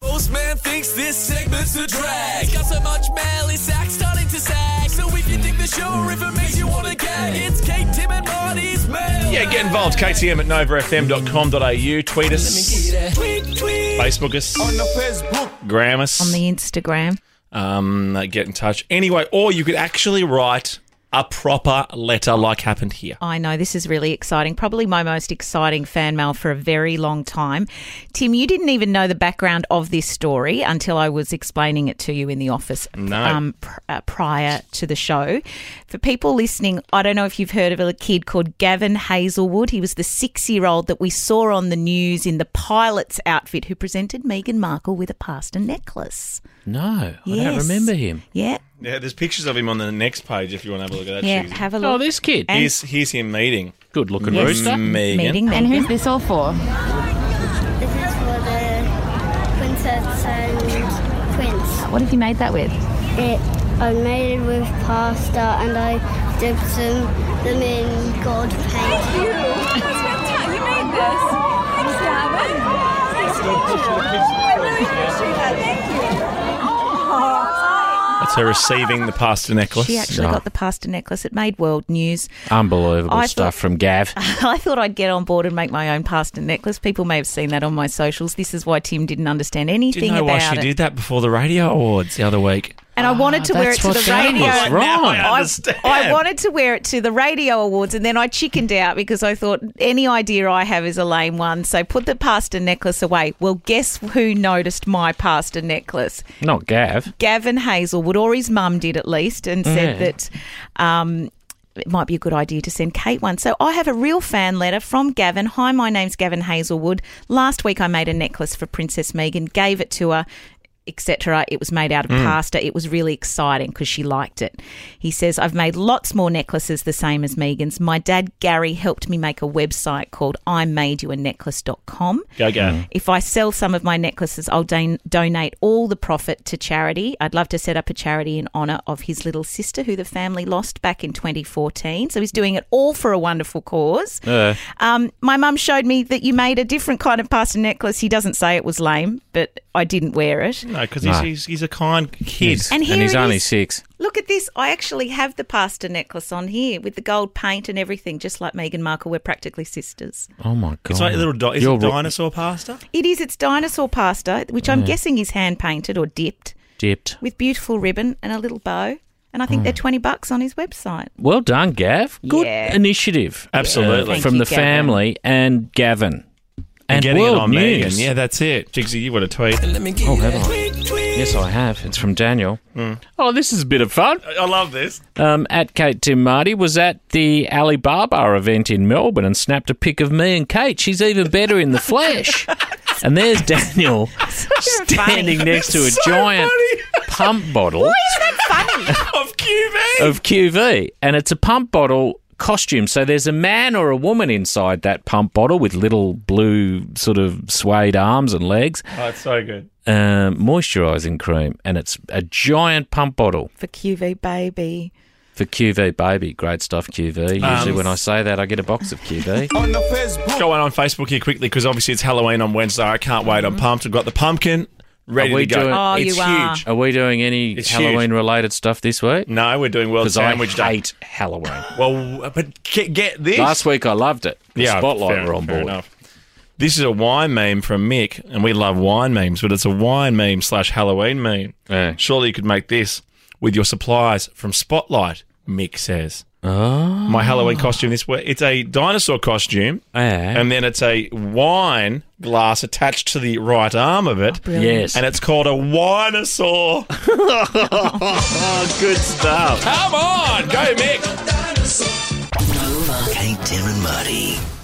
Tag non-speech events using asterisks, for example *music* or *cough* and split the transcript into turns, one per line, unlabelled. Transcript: Boss man thinks this segment's a drag. It's got so much malice, act starting to sag. So if you think the show or if it makes you want to gag, it's Kate, Tim, and Marty's mail.
Yeah, get involved. KTM at novafm.com.au. Tweet us,
Tweet, tweet.
Facebook us, gram us,
on the Instagram.
um, uh, get in touch. Anyway, or you could actually write a proper letter like happened here.
I know this is really exciting. Probably my most exciting fan mail for a very long time. Tim, you didn't even know the background of this story until I was explaining it to you in the office
No.
pr- uh, prior to the show. For people listening, I don't know if you've heard of a kid called Gavin Hazelwood. He was the six year old that we saw on the news in the pilot's outfit who presented Meghan Markle with a pasta necklace.
No, I don't
Yes.
remember him.
Yeah,
Yeah, there's pictures of him on the next page if you want to have a look at that.
yeah,
Susie.
have a
Oh,
look.
this kid.
And-
here's, here's him meeting
Good looking
Yes. Mm,
rooster.
Megan.
Meeting
And
Meghan.
who's this all for?
This is for the princess and prince.
What have you made that with?
It, I made it with pasta and I dipped some them in gold paint.
That's her receiving the pasta necklace.
She actually
No.
got the pasta necklace. It made world news. *laughs*
Unbelievable
I
stuff
thought-
from
*laughs*
Gav.
I thought I'd get on board and make my own pasta necklace. People may have seen that on my socials. This is why Tim didn't understand anything
Didn't know why
about
she
it.
did Ah, that before the radio awards the other week.
And I wanted to wear it
that's
to
what
the
that
radio.
was. Wrong.
I
I,
understand.
I wanted to wear it to the radio awards, and then I chickened out because I thought any idea I have is a lame one. So put the pasta necklace away. Well, guess who noticed my pasta necklace?
Not Gav.
Gavin Hazelwood, or his mum did at least, and said
Yeah.
that um, it might be a good idea to send Kate one. So I have a real fan letter from Gavin. Hi, my name's Gavin Hazelwood. Last week I made a necklace for Princess Megan, gave it to her. Etc. It was made out of pasta. It was really exciting because she liked it. He says, I've made lots more necklaces the same as Megan's. My dad, Gary, helped me make a website called imadeyouanecklace.com.
Go, go.
If I sell some of my necklaces, I'll don- donate all the profit to charity. I'd love to set up a charity in honour of his little sister, who the family lost back in 2014. So he's doing it all for a wonderful cause. Um, my mum showed me that you made a different kind of pasta necklace. He doesn't say it was lame, but I didn't wear it.
No, because
No.
he's, he's, he's a kind kid.
Yes.
And
And,
here
he's
it
only
is.
six.
Look at this. I actually have the pasta necklace on here with the gold paint and everything, just like Meghan Markle. We're practically sisters.
Oh my god!
It's like a little di- is
You're
it
ro-
dinosaur pasta.
It is. It's dinosaur pasta, which I'm guessing is hand painted or dipped.
dipped.
with beautiful ribbon and a little bow. And I think they're 20 bucks on his website.
Well done, Gav. Good
Yeah.
initiative.
Absolutely.
Thank
from
you,
the
Gavin.
family and Gavin. And,
Getting
world
it on
news.
Megan. Yeah, that's it. Jigsy, you want to tweet?
Oh, have I? Yes, I have. It's from Daniel.
Mm.
Oh, this is a bit of fun.
I love this.
Um, at Kate Tim Marty was at the Alibaba event in Melbourne and snapped a pic of me and Kate. She's even better in
*laughs*
the flesh. and there's Daniel standing next to a
So
giant
funny.
pump bottle
Of QV.
of QV, and it's a pump bottle costume. So there's a man or a woman inside that pump bottle with little blue sort of suede arms and legs,
Oh, it's so good.
um, moisturising cream, and it's a giant pump bottle
For QV Baby.
for QV baby. Great stuff, QV. Usually
Um, Oh,
when I say that, I get a box of
*laughs*
QV.
Go on on Facebook here quickly because obviously it's Halloween on Wednesday. I can't wait. I'm pumped. We've got the pumpkin ready
Are we
to go.
doing-
Oh,
it's
you are.
huge.
Are we doing any
It's huge. Mm,
Halloween-related stuff this week?
No, we're doing World
Because I
Sandwich Day.
hate Halloween.
Well, but get, get this.
Last week I loved it. The spotlight
fair-
were on
fair
board.
enough. This is a wine meme from Mick, and we love wine memes, but it's a wine meme slash Halloween meme.
Yeah.
Surely you could make this with your supplies from Spotlight, Mick says.
Oh.
My Halloween costume this week. It's a dinosaur costume,
Yeah.
and then it's a wine glass attached to the right arm of
Oh,
it,
Yes.
and it's called a
*laughs*
winosaur. *laughs* Good stuff. Come on, go Mick.
Kate, Tim, and Marty.